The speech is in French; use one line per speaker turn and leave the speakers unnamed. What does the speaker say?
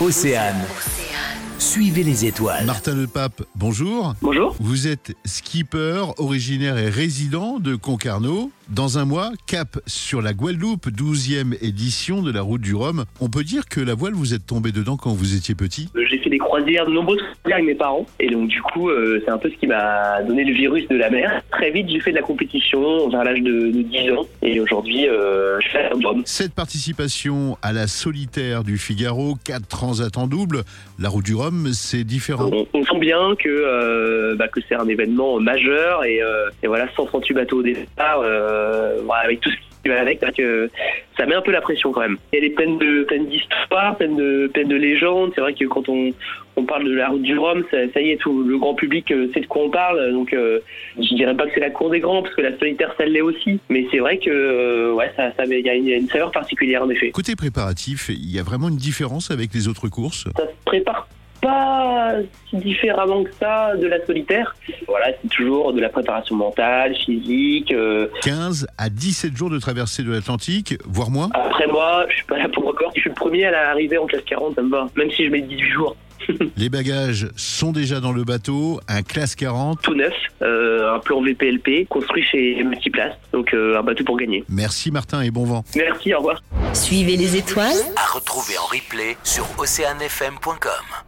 Océane. Suivez les étoiles.
Martin Le Pape, bonjour.
Bonjour.
Vous êtes skipper, originaire et résident de Concarneau. Dans un mois, cap sur la Guadeloupe, 12e édition de la Route du Rhum. On peut dire que la voile, vous êtes tombé dedans quand vous étiez petit
Euh, J'ai fait des croisières, de nombreuses croisières avec mes parents. Et donc, du coup, euh, c'est un peu ce qui m'a donné le virus de la mer. Très vite, j'ai fait de la compétition vers l'âge de, de 10 ans. Et aujourd'hui, euh, je fais un job.
Cette participation à la solitaire du Figaro, 4 transats en double, la Route du Rhum, c'est différent.
On, on sent bien que, euh, bah, que c'est un événement majeur. Et, euh, et voilà, 138 bateaux au départ, euh, voilà, avec tout ce qui va avec, parce que ça met un peu la pression quand même. Elle est pleine de pleine d'histoires, pleine de pleine de légendes. C'est vrai que quand on on parle de la route du Rhum, ça, ça y est, tout le grand public euh, sait de quoi on parle. Donc, euh, je dirais pas que c'est la cour des grands, parce que la solitaire, ça l'est aussi. Mais c'est vrai que, euh, ouais, ça, ça, met- il y a une, une saveur particulière en effet.
Côté préparatif, il y a vraiment une différence avec les autres courses.
Ça se prépare pas si différemment que ça de la solitaire. Voilà, c'est toujours de la préparation mentale, physique. euh,
15 à 17 jours de traversée de l'Atlantique, voire moins.
Après moi, je suis pas là pour record. Je suis le premier à l'arrivée en classe 40, ça me va. Même si je mets 18 jours.
Les bagages sont déjà dans le bateau, un classe 40.
Tout neuf, euh, un plan VPLP, construit chez Multiplace. Donc, euh, un bateau pour gagner.
Merci Martin et bon vent.
Merci, au revoir.
Suivez les étoiles
À retrouver en replay sur oceanfm.com.